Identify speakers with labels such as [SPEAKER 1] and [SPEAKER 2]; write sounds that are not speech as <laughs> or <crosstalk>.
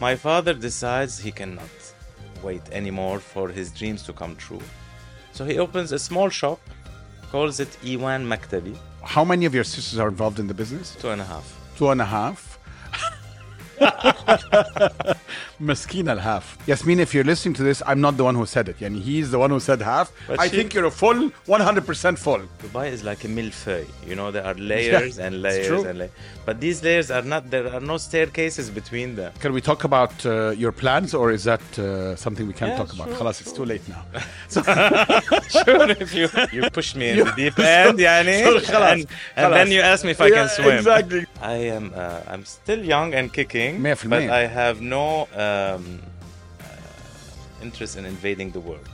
[SPEAKER 1] My father decides he cannot wait anymore for his dreams to come true. So he opens a small shop, calls it Iwan Maktabi,
[SPEAKER 2] How many of your sisters are involved in the business?
[SPEAKER 1] two and a half.
[SPEAKER 2] Two and a <laughs> half. Maskin al half. Yasmin, if you're listening to this, I'm not the one who said it. Yani he's the one who said half.
[SPEAKER 1] But
[SPEAKER 2] I
[SPEAKER 1] she-
[SPEAKER 2] think you're a full, 100% full.
[SPEAKER 1] Dubai is like a millefeuille. You know, there are layers and
[SPEAKER 2] it's
[SPEAKER 1] layers
[SPEAKER 2] true.
[SPEAKER 1] and layers. But these layers are not, there are no staircases between them.
[SPEAKER 2] Can we talk about uh, your plans, or is that uh, something we can't
[SPEAKER 1] Yeah,
[SPEAKER 2] talk about?
[SPEAKER 1] sure,
[SPEAKER 2] Khalas, it's too late <laughs> now.
[SPEAKER 1] <laughs> sure, if you, <laughs> you pushed me in the deep end, yani,
[SPEAKER 2] خلاص،
[SPEAKER 1] and, and then
[SPEAKER 2] خلاص.
[SPEAKER 1] you asked me if I
[SPEAKER 2] Yeah,
[SPEAKER 1] can swim.
[SPEAKER 2] exactly.
[SPEAKER 1] I am, uh, I'm still young and kicking,
[SPEAKER 2] مية في
[SPEAKER 1] but
[SPEAKER 2] المية.
[SPEAKER 1] I have no um, uh, interest in invading the world.